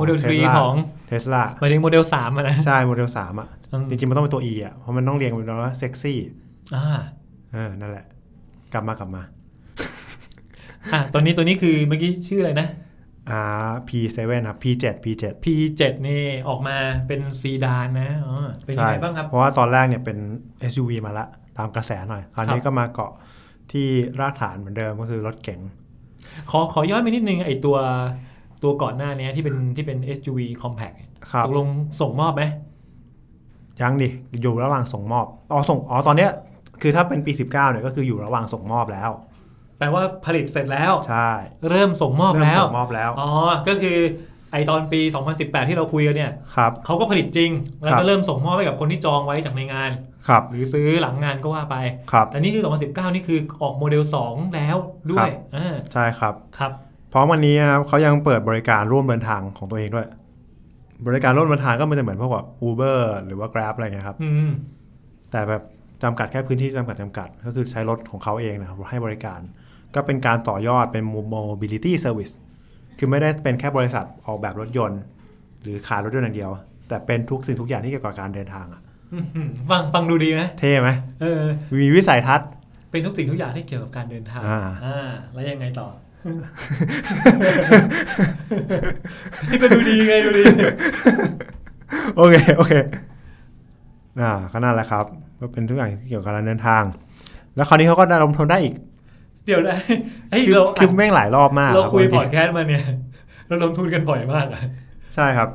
S3: Model 3
S2: Tesla
S3: ของ
S2: เทสลา
S3: หมายถึงโมเดล3อะนะ
S2: ใช่โมเดล3อ่ะ
S3: อืม
S2: จริงๆ มันต้องเป็นตัว E อ่ะ เพราะมันต้องเรียงเป็นว่าเซ็กซี่
S3: อ่า
S2: เออนั่นแหละ กลับมากลับมา
S3: อ่ะตัวนี้ตัวนี้คือเมื่อกี้ชื่ออะไรนะ
S2: อ่า P7 ครับ P7 P7
S3: P7 นี่ออกมาเป็นซีดานนะอ๋อเป็นยังไงบ้างครับ
S2: เพราะว่าตอนแรกเนี่ยเป็น SUV มาละ ตามกระแสหน่อย คราวนี้ก็มาเกาะที่รากฐานเหมือนเดิมก็คือรถเก๋ง
S3: ขอขอย้อนไปนิดนึงไอตัวตัวก่อนหน้าเนี้ยที่เป็นที่เป็น SUV compact เนี่ย
S2: ครับ
S3: ตกลงส่งมอบไหม
S2: ยังดิ อยู่ระหว่างส่งมอบอ๋อส่งอ๋อตอนเนี้ยคือถ้าเป็นปี 19เนี่ยก็คืออยู่ระหว่างส่งมอบแล้ว
S3: แปลว่าผลิตเสร็จแล้ว
S2: ใช่
S3: เริ่มส่งมอบ
S2: เริ่ม
S3: แล้ว
S2: ส่งมอบแล้ว
S3: อ๋อ ก็คือไอตอนปี 2018 ที่เราคุยกันเนี่ย
S2: ครับ
S3: เขาก็ผลิตจริง แล้ว
S2: ครั
S3: ก็
S2: บ
S3: เริ่มส่งมอบให้กับคนที่จองไว้จากในงาน
S2: ครับ
S3: หรือซื้อหลังงานก็ว่าไป
S2: ครับ
S3: แต่นี่คือ 2019 นี่คือออกโมเดล 2 แล้วด้
S2: ค
S3: ว
S2: รั
S3: ย
S2: บ
S3: อ่า
S2: ใช่ครับ
S3: ครับ
S2: พร้อมวันนี้นะครับเขายังเปิดบริการร่วมเดินทางของตัวเองด้วย บริการร่วมเดินทางก็มันจะเหมือนพวกแบบ Uber หรือว่า Grab อะไรเงี้ยครับ
S3: อืม
S2: แต่แบบจำกัดแค่พื้นที่จำกัดจำกัด ก็คือใช้รถของเขาเองนะครับให้บริการ ก็เป็นการต่อยอดเป็น mobility service คือไม่ได้เป็นแค่บริษัทออกแบบรถยนต์ หรือขายรถยนต์อย่างเดียว แต่เป็นทุกสิ่งทุกอย่างที่เกี่ยวกับการเดินทางอะ
S3: ฟังฟังดูดีไหม
S2: เท่ไหม
S3: เออ
S2: มีวิสัยทัศน์
S3: เป็นทุกสิ่งทุกอย่างที่เกี่ยวกับการเดินทาง
S2: อ่า
S3: อ่าแล้วยังไงต่อ นี่ก็ดูดีไงดู ดี
S2: โอเค โอเค อ่าก็นั่นแหละครับ ก็เป็นทุกอย่างที่เกี่ยวกับการเดินทาง แล้วคราวนี้เขาก็ได้ลงทุนได้อีก
S3: เดี๋ยวนะเฮ้ย
S2: คือ
S3: เรา
S2: คือแม่งหลายรอบมาก
S3: เราคุย
S2: บางที
S3: พอดแคสต์มาเนี่ย เราลงทุนกันบ่อยมากอะ
S2: ใช่ครับ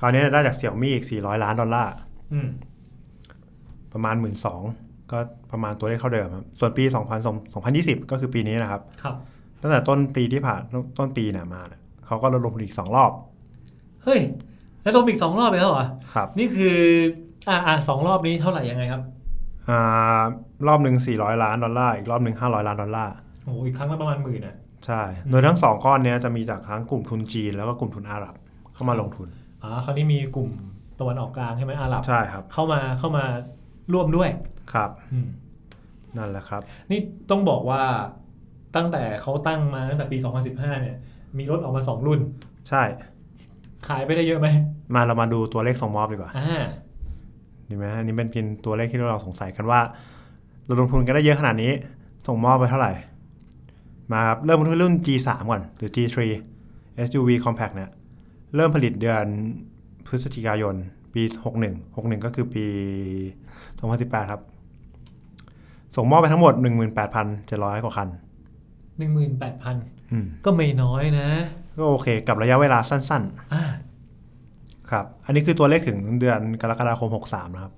S2: คราวนี้ได้จากเสี่ยวมี่อีก 400 ล้านดอลลาร์
S3: อืม
S2: ประมาณ 1 2ื่นก็ประมาณตัวเลขเท่าเดิมครับ ส่วนปี 2 0 2 0 ก็คือปีนี้นะครับ
S3: ครับ
S2: ตั้งแต่ต้นปีที่ผ่านต้นปีเนี่ยมาเนี่ยเขาก็ระดมทุนอีก 2 รอบ
S3: เฮ้ย แล้วลงอีกสองรอบไปแล้วเหรอ
S2: ครับ
S3: นี่คือ อ่าอ่าสองรอบนี้เท่าไหร่ยังไงครับ
S2: อ่ารอบหนึ่ง400 ล้านดอลลาร์ อีกรอบหนึ่ง500 ล้านดอลลาร์
S3: โอ้โหอีกครั้งละประมาณหมื่นอ่ะ
S2: ใช่ โดยทั้งสองก้อนเนี้ยจะมีจากทั้งกลุ่มทุนจีนแล้วก็กลุ่มทุนอาหรับเข้ามาลงทุน
S3: อ๋อคราวนี้มีกลุ่มตะวันออกกลางใช่ไหมอาหรับ
S2: ใช่ครับ
S3: เข้ามาเข้ามาร่วมด้วย
S2: ครับ
S3: อืม
S2: นั่นแหละครับ
S3: นี่ต้องบอกว่าตั้งแต่เขาตั้งมาตั้งแต่ปี 2015 เนี่ย มีรถออกมา 2 รุ่น
S2: ใช่
S3: ขายไปได้เยอะไหม
S2: มาเรามาดูตัวเลขสองมอบดีกว่า
S3: อ่า
S2: ดีไหมอันนี้เป็นเพียงตัวเลขที่เราสงสัยกันว่า เราลงทุนกันได้เยอะขนาดนี้ ส่งมอบไปเท่าไหร่ มาครับเริ่มที่รุ่น G3 ก่อน หรือ G3 SUV compact เนี่ย เริ่มผลิตเดือนพฤศจิกายน ปี 61 61 ก็คือปี 2018 ครับ ส่งมอบไปทั้งหมด 18,700 กว่าคัน
S3: 18,000
S2: อืม
S3: ก็ไม่น้อยนะ
S2: ก็โอเคกับระยะเวลาสั้น
S3: อ่า
S2: ๆ ครับ อันนี้คือตัวเลขถึงเดือนกรกฎาคม 63 นะครับ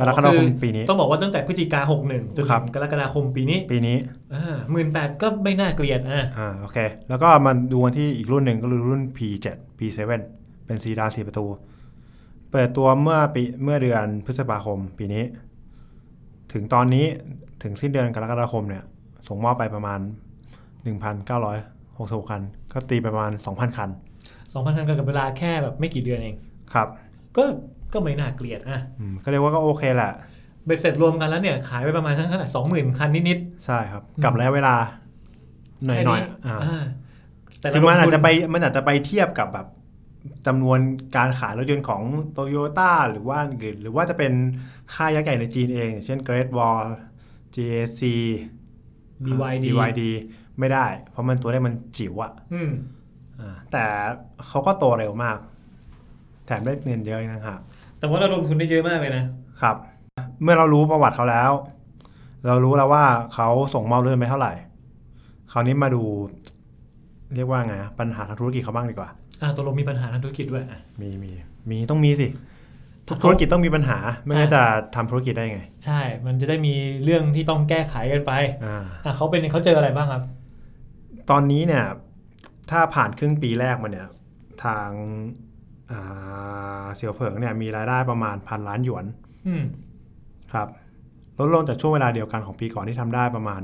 S2: กรกฎาคมปีนี้
S3: ต้องบอกว่าตั้งแต่พฤศจิกา 61 จน
S2: ครั
S3: ถึ
S2: บ
S3: งกรกฎาคมปีนี้
S2: ปีนี้
S3: อ่าหมื่นแปดก็ไม่น่าเกลียดอ่ะ
S2: อ่าโอเค แล้วก็มาดูกันที่อีกรุ่นหนึ่งก็คือรุ่น P7 P7 เป็นซีดานสี่ประตู เปิดตัวเมื่อปีเมื่อเดือนพฤษภาคมปีนี้ ถึงตอนนี้ถึงสิ้นเดือนกรกฎาคมเนี่ย ส่งมอบไปประมาณ 1,966 คัน ก็ตีไปประมาณ 2,000 คัน
S3: 2,000คันกับเวลาแค่แบบไม่กี่เดือนเอง
S2: ครับ
S3: ก็ก็ไม่น่าเกลียดอ่ะ
S2: อืมก็เรียกว่าก็โอเคแหละ
S3: เบ็ดเสร็จรวมกันแล้วเนี่ยขายไปประมาณทั้งขนาด20,000 คันนิด
S2: ใช่ครับ
S3: อืม
S2: กับระยะเวลา
S3: ๆ
S2: หน่อยๆ
S3: แค่
S2: อย
S3: อ่
S2: ่า
S3: าแต่
S2: คื
S3: ละ
S2: อมันอาจจะ
S3: ลงทุ
S2: ไปมันอาจจะไปเทียบกับแบบจำนวนการขายรถยนต์ของโตโยต้าหรือว่าอื่นหรือว่าจะเป็นค่ายยักษ์ใหญ่ในจีนเอง อย่างเช่น Great Wall GAC
S3: น BYD
S2: BYD ไม่ได้ เพราะมันตัวเลขมันจิ๋วอะ
S3: อืม
S2: อ่าแต่เขาก็โตเร็วมาก แถมได้เงินเยอะอีกนะฮะ
S3: แต่ว่าเราลงทุนได้เยอะมากเลยนะ
S2: ครับ เมื่อเรารู้ประวัติเขาแล้ว เรารู้แล้วว่าเขาส่งมอบเรื่องไปเท่าไหร่ คราวนี้มาดู เรียกว่าไงอะปัญหาทางธุรกิจเขาบ้างดีกว่า
S3: อ่าตกลงมีปัญหาทางธุรกิจด้วยอ่ะ
S2: มีมีมีต้องมีสิทุก
S3: เขา
S2: ธุรกิจต้องมีปัญหา ไม่งั้นจะทำธุรกิจได้ไง
S3: ใช่ มันจะได้มีเรื่องที่ต้องแก้ไขกันไป
S2: อ่า
S3: อ่ะเขาเป็นเขาเจออะไรบ้างครับ
S2: ตอนนี้เนี่ย ถ้าผ่านครึ่งปีแรกมาเนี่ย ทางอ่าเสี่ยวเผิงเนี่ยมีรายได้ประมาณพันล้านหยวน
S3: อืม
S2: ครับลดลงจากช่วงเวลาเดียวกันของปีก่อนที่ทำได้ประมาณ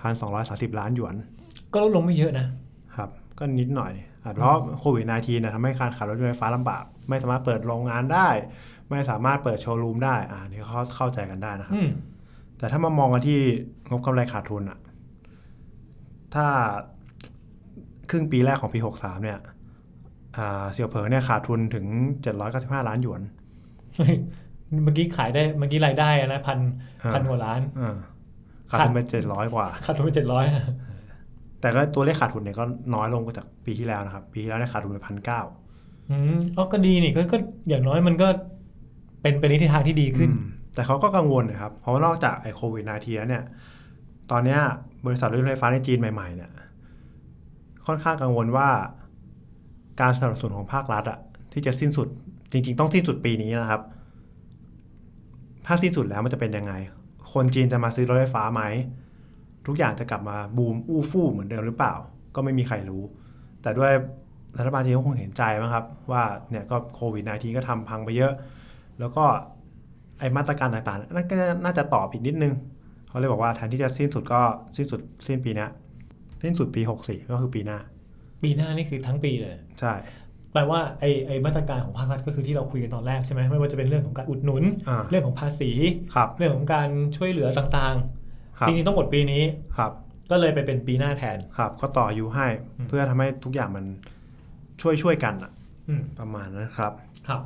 S2: พันสองร้อยสาสิบล้านหยวน
S3: ก็ลดลงไม่เยอะนะ
S2: ครับก็นิดหน่อยอาจเพราะโควิด -19 เนี่ยทำให้การขายรถยนต์ไฟฟ้าลำบาก ไม่สามารถเปิดโรงงานได้ ไม่สามารถเปิดโชว์รูมได้อ่าอันนี่เขาเข้าใจกันได้นะครับ
S3: อืม
S2: แต่ถ้ามามองกันที่งบกำไรขาดทุนอะถ้าครึ่งปีแรกของปี 63 เนี่ยอ่าเสี่ยวเผิงเนี่ยขาดทุนถึง 795 ล้านหยวน
S3: เมื่อกี้ขายได้ เมื่อกี้รายได้อะนะพัน
S2: อ่า
S3: พันกว่าล้าน
S2: อ่าขาดทุนไป 700 กว่า
S3: ขาดทุนไปเจ็ดร้อย
S2: แต่ก็ตัวเลขขาดทุนเนี่ยก็น้อยลงกว่าจากปีที่แล้วนะครับ ปีที่แล้วเนี่ยขาดทุนไปพันเก้า
S3: อืมอ๋อก็ดีนี่ก็ก็อย่างน้อยมันก็เป็นเป็นทิศทางที่ดีขึ้น
S2: อืมแต่เขาก็กังวลนะครับ เพราะว่านอกจากไอ้โควิด -19 แล้วเนี่ย ตอนเนี้ยบริษัทรถยนต์ไฟฟ้าในจีนใหม่ ๆ เนี่ย ค่อนข้างกังวลว่า การสนับสนุนของภาครัฐอะที่จะสิ้นสุด จริง ๆ ต้องสิ้นสุดปีนี้นะครับ ถ้าสิ้นสุดแล้วมันจะเป็นยังไง คนจีนจะมาซื้อรถไฟฟ้าไหม ทุกอย่างจะกลับมาบูมอู้ฟู่เหมือนเดิมหรือเปล่า ก็ไม่มีใครรู้ แต่ด้วยรัฐบาลจีนก็คงเห็นใจมั้งครับ ว่าเนี่ยก็โควิด -19 ก็ทำพังไปเยอะ แล้วก็ ไอมาตรการต่างๆนั่นก็น่าจะตอบอีกนิดนึง เขาเลยบอกว่าแทนที่จะสิ้นสุดก็สิ้นสุดสิ้นปีเนี้ยสิ้นสุดปี 64 ก็คือปีหน้า
S3: ปีหน้านี่คือทั้งปีเลย
S2: ใช่
S3: แปลว่าไอไอมาตรการของภาครัฐก็คือที่เราคุยกันตอนแรกใช่ไหมไม่ว่าจะเป็นเรื่องของการอุดหนุน
S2: อ่า
S3: เรื่องของภาษี
S2: ครับ
S3: เรื่องของการช่วยเหลือต่าง
S2: ครั
S3: ๆ
S2: บ
S3: จริงๆต้องหมดปีนี้
S2: ครับ
S3: ก็เลยไปเป็นปีหน้าแทน
S2: ครับก็ต่ออายุให้
S3: อืม
S2: เพื่อทำให้ทุกอย่างมันช่วยช่วยๆกันอะ
S3: อืม
S2: ประมาณนั้นครับ
S3: ครับ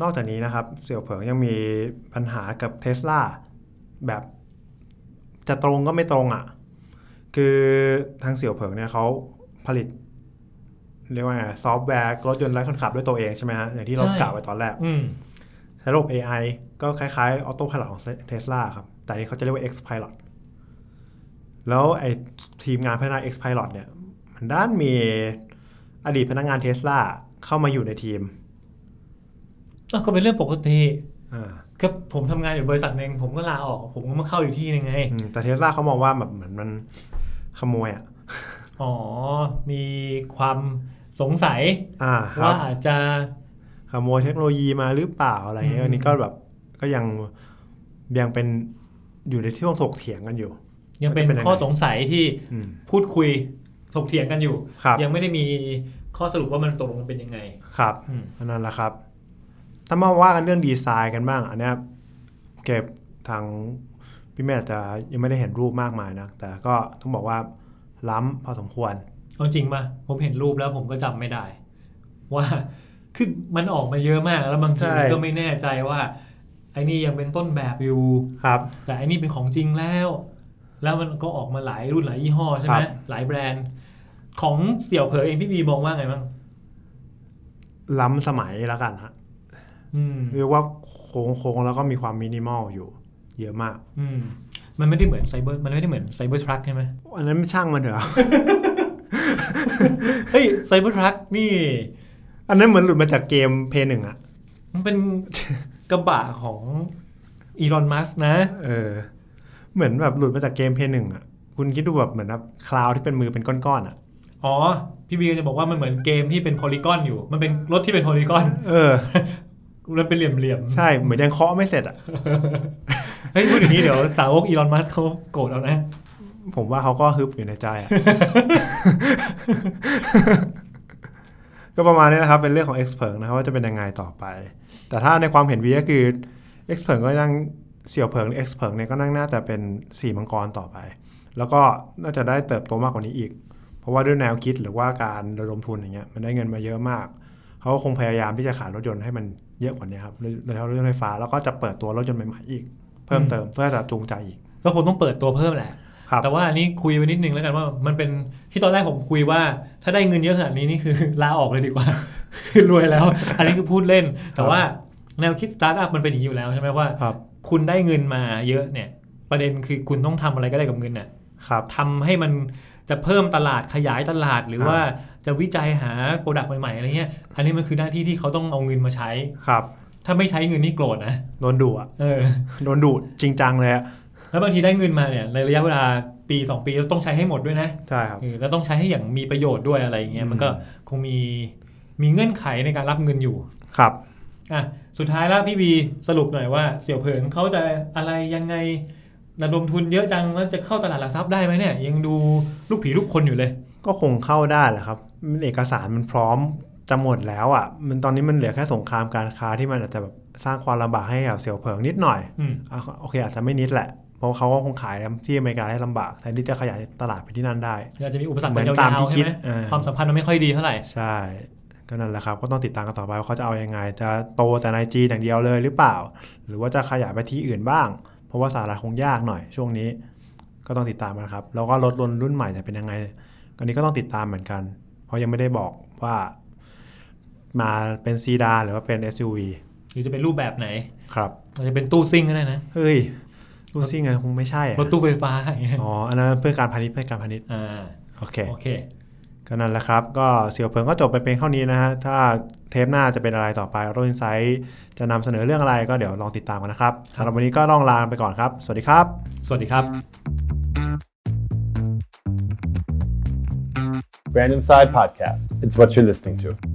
S2: นอกจากนี้นะครับ เสี่ยวเผิงยังมีปัญหากับเทสลาแบบจะตรงก็ไม่ตรงอะ่ะ คือทางเสี่ยวเผิงเนี่ยเขาผลิต เรียกว่าไงซอฟต์แวร์รถยนต์ไร้คนขับด้วยตัวเองใช่ไหมฮะ อย่างที่เรา
S3: ใช่
S2: กล่าวไว้ตอนแรก
S3: อืม
S2: ใช้ระบบ AI ก็คล้ายๆ Auto Pilot ของเท sla ครับ แต่อันนี้เขาจะเรียกว่า X Pilot แล้วไอ้ทีมงานพัฒนา X Pilot เนี่ย มันด้านมีอดีตพนักงานเท sla เข้ามาอยู่ในทีม
S3: อ่ะก็เป็นเรื่องปกติ
S2: อ่า
S3: ก็ผมทำงานอยู่บริษัทหนึ่งผมก็ลาออก ผมก็มาเข้าอยู่ที่หนึงไง
S2: อืมแต่เทสลาเขามองว่าแบบเหมือนมันขโมยอ่ะ
S3: อ๋อ มีความสงสัย
S2: อ่าครั
S3: ว่า
S2: บ
S3: อาจจะ
S2: ขโมยเทคโนโลยีมาหรือเปล่าอะไรเงี้ย
S3: อืม
S2: อันนี้ก็แบบก็ยังยังเป็นอยู่ในช่วงถกเถียงกันอยู่
S3: ยังเป็น
S2: มันจะเป็นยังไง
S3: ข้อสงสัยที่
S2: อืม
S3: พูดคุยถกเถียงกันอยู่
S2: ครับ
S3: ยังไม่ได้มีข้อสรุปว่ามันตกลงมันเป็นยังไง
S2: ครับ
S3: อืม
S2: อันนั้นแหละครับ ถ้ามาว่ากันเรื่องดีไซน์กันบ้าง อันเนี้ย เก็บทางพี่แม่อาจจะยังไม่ได้เห็นรูปมากมายนะแต่ก็ต้องบอกว่าล้ำพอสมควร
S3: เอาจริงมาผมเห็นรูปแล้วผมก็จำไม่ได้ ว่า คือมันออกมาเยอะมากแล้วบางที
S2: ใช่
S3: มันก็ไม่แน่ใจว่า ไอ้นี่ยังเป็นต้นแบบอยู่
S2: ครับ
S3: แต่ไอ้นี่เป็นของจริงแล้ว แล้วมันก็ออกมาหลายรุ่นหลายยี่ห้อใช่
S2: ค
S3: ไหม
S2: รับ
S3: หลายแบรนด์ ของเสี่ยวเผอเองพี่บีมองว่าไงบ้าง
S2: ล้ำสมัยแล้วกันฮะ
S3: อืม
S2: เรียกว่าโค้งโค้งๆแล้วก็มีความมินิมอลอยู่ เยอะมาก
S3: อืม มันไม่ได้เหมือนไซเบอร์ มันไม่ได้เหมือนไซเบอร์ทรัคใช่ไหม
S2: อันนั้นไม่ช่างมันเถอะ
S3: เฮ้ยไซเบอร์ทรัคนี่
S2: อันนั้นเหมือนหลุดมาจากเกมเพย์หนึ่งอะ
S3: มัน เป็น กระบะของอีลอนมัสนะ
S2: เออ เหมือนแบบหลุดมาจากเกมเพย์หนึ่งอะคุณคิดดูแบบเหมือนแบบคลาวที่เป็นมือเป็นก้อนๆอะ
S3: อ๋อ พี่บีจะบอกว่ามันเหมือนเกมที่เป็นโพลีกอนอยู่ มันเป็นรถที่เป็นโพลีกอน
S2: เออ
S3: มันเป็นเหลี่ยม
S2: ใช่เหมือนยังเคาะไม่เสร็จอะ
S3: ๆ เฮ้ยพูดอย่างนี้เดี๋ยวสาวกอีลอนมัสเขาโกรธเอานะ
S2: ผมว่าเขาก็ฮึบอยู่ในใจอะ ก็ประมาณนี้นะครับ เป็นเรื่องของ e x p e r t นะครับว่าจะเป็นยังไงต่อไป แต่ถ้าในความเห็นวีก็คือ e x p e r t ก็นั่งเสี่ยวเผิงหรือ e x p e r t เนี่ยก็นั่งน่าจะเป็นสีมังกรต่อไป แล้วก็น่าจะได้เติบโตมากกว่านี้อีก เพราะว่าด้วยแนวคิดหรือว่าการระดมทุนอย่างเงี้ยมันได้เงินมาเยอะมาก เขาก็คงพยายามที่จะขายรถยนต์ให้มันเยอะกว่านี้ครับโดยเฉพาะรถยนต์ไฟฟ้าแล้วก็จะเปิดตัวรถยนต์ใหม่ๆอีก เพิ่มเติมเพื่อจะจูงใจอีก
S3: ก็คงต้องเปิดตัวเพิ่มแหละ
S2: ครับ
S3: แต่ว่าอันนี้คุยไปนิดนึงแล้วกันว่ามันเป็นที่ตอนแรกผมคุยว่า ถ้าได้เงินเยอะขนาดนี้นี่คือ ลาออกเลยดีกว่า คือรวยแล้ว อันนี้คือพูดเล่น แต่ว่าแนวคิดสตาร์ทอัพมันเป็นอย่างนี้อยู่แล้วใช่ไหมว่า
S2: ครับ
S3: คุณได้เงินมาเยอะเนี่ย ประเด็นคือคุณต้องทำอะไรก็ได้กับเงินน่ะ
S2: ครับ
S3: ทำให้มันจะเพิ่มตลาดขยายตลาดหรือ
S2: ครับ
S3: ว่าจะวิจัยหาโปรดักต์ใหม่ๆอะไรเงี้ยอันนี้มันคือหน้าที่ที่เขาต้องเอาเงินมาใช้
S2: ครับ
S3: ถ้าไม่ใช้เงินนี่โกรธนะ
S2: โดนดุอะ
S3: เออ
S2: โดนดุจริงจังเลยอะ
S3: แล้วบางทีได้เงินมาเนี่ยในระยะเวลาปีสองปีแล้วต้องใช้ให้หมดด้วยนะ
S2: ใช่ครับ
S3: เออแล้วต้องใช้ให้อย่างมีประโยชน์ด้วยอะไรอย่างเงี้ย
S2: อืม
S3: มันก็คงมีมีเงื่อนไขในการรับเงินอยู่
S2: ครับ
S3: อ่ะสุดท้ายแล้วพี่บีสรุปหน่อยว่าเสี่ยวเผิงเขาจะอะไรยังไงระดมทุนเยอะจังแล้วจะเข้าตลาดหลักทรัพย์ได้ไหมเนี่ยยังดูลูกผีลูกคนอยู่เลย
S2: ก็คงเข้าได้แหละครับมันเอกสารมันพร้อมจะหมดแล้วอะ่ะ มันตอนนี้มันเหลือแค่สงครามการค้าที่มันอาจจะแบบสร้างความลำบากให้กับเสี่ยวเผิงนิดหน่อย
S3: อืม
S2: อ่ะโอเคอาจจะไม่นิดแหละ เพราะเขาก็คงขายที่อเมริกาได้ลำบากแทนที่จะขยายตลาดไปที่นั่นได้
S3: อาจจะมีอุปสรรค
S2: เหมื
S3: กั
S2: อนน
S3: ยา
S2: ตามที่
S3: วๆ
S2: คิ
S3: ใช่
S2: ด
S3: ไหม
S2: อ่า
S3: ความสัมพันธ์มันไม่ค่อยดีเท่าไหร่
S2: ใช่ ก็นั่นแหละครับ ก็ต้องติดตามกันต่อไปว่าเขาจะเอายังไง จะโตแต่ในจีนอย่างเดียวเลยหรือเปล่า หรือว่าจะขยายไปที่อื่นบ้าง เพราะว่าสาระคงยากหน่อยช่วงนี้ ก็ต้องติดตามนะครับ แล้วก็รถรุ่นรุ่นใหม่เนี่ยเป็นยังไงอันนี้ก็ต้องติดตามเหมือนกัน เพราะยังไม่ได้บอกว่ามาเป็นซีดานหรือว่าเป็น SUV
S3: หรือจะเป็นรูปแบบไหน
S2: ครับ
S3: อาจจะเป็นตู้ซิ่งก็ได้นะ
S2: เฮ้ยรู้สิไงคงไม่ใช่อะ
S3: รถตู้ไฟฟ้าอย่างเงี้ย
S2: อ๋อ อันนั้นเพื่อการพาณิชย์เพื่อการพาณิชย์
S3: อ่า
S2: โอเค
S3: โอเค
S2: ก็นั่นแหละครับ ก็เสี่ยวเพิงก็จบไปเป็นเท่านี้นะฮะ ถ้าเทปหน้าจะเป็นอะไรต่อไปรถอินไซต์จะนำเสนอเรื่องอะไรก็เดี๋ยวลองติดตามกันนะครับสำหรับวันนี้ก็ต้องลาไปก่อนครับ สวัสดีครับ
S3: สวัสดีครับ
S1: Brand Inside Podcast. It's what you're listening to.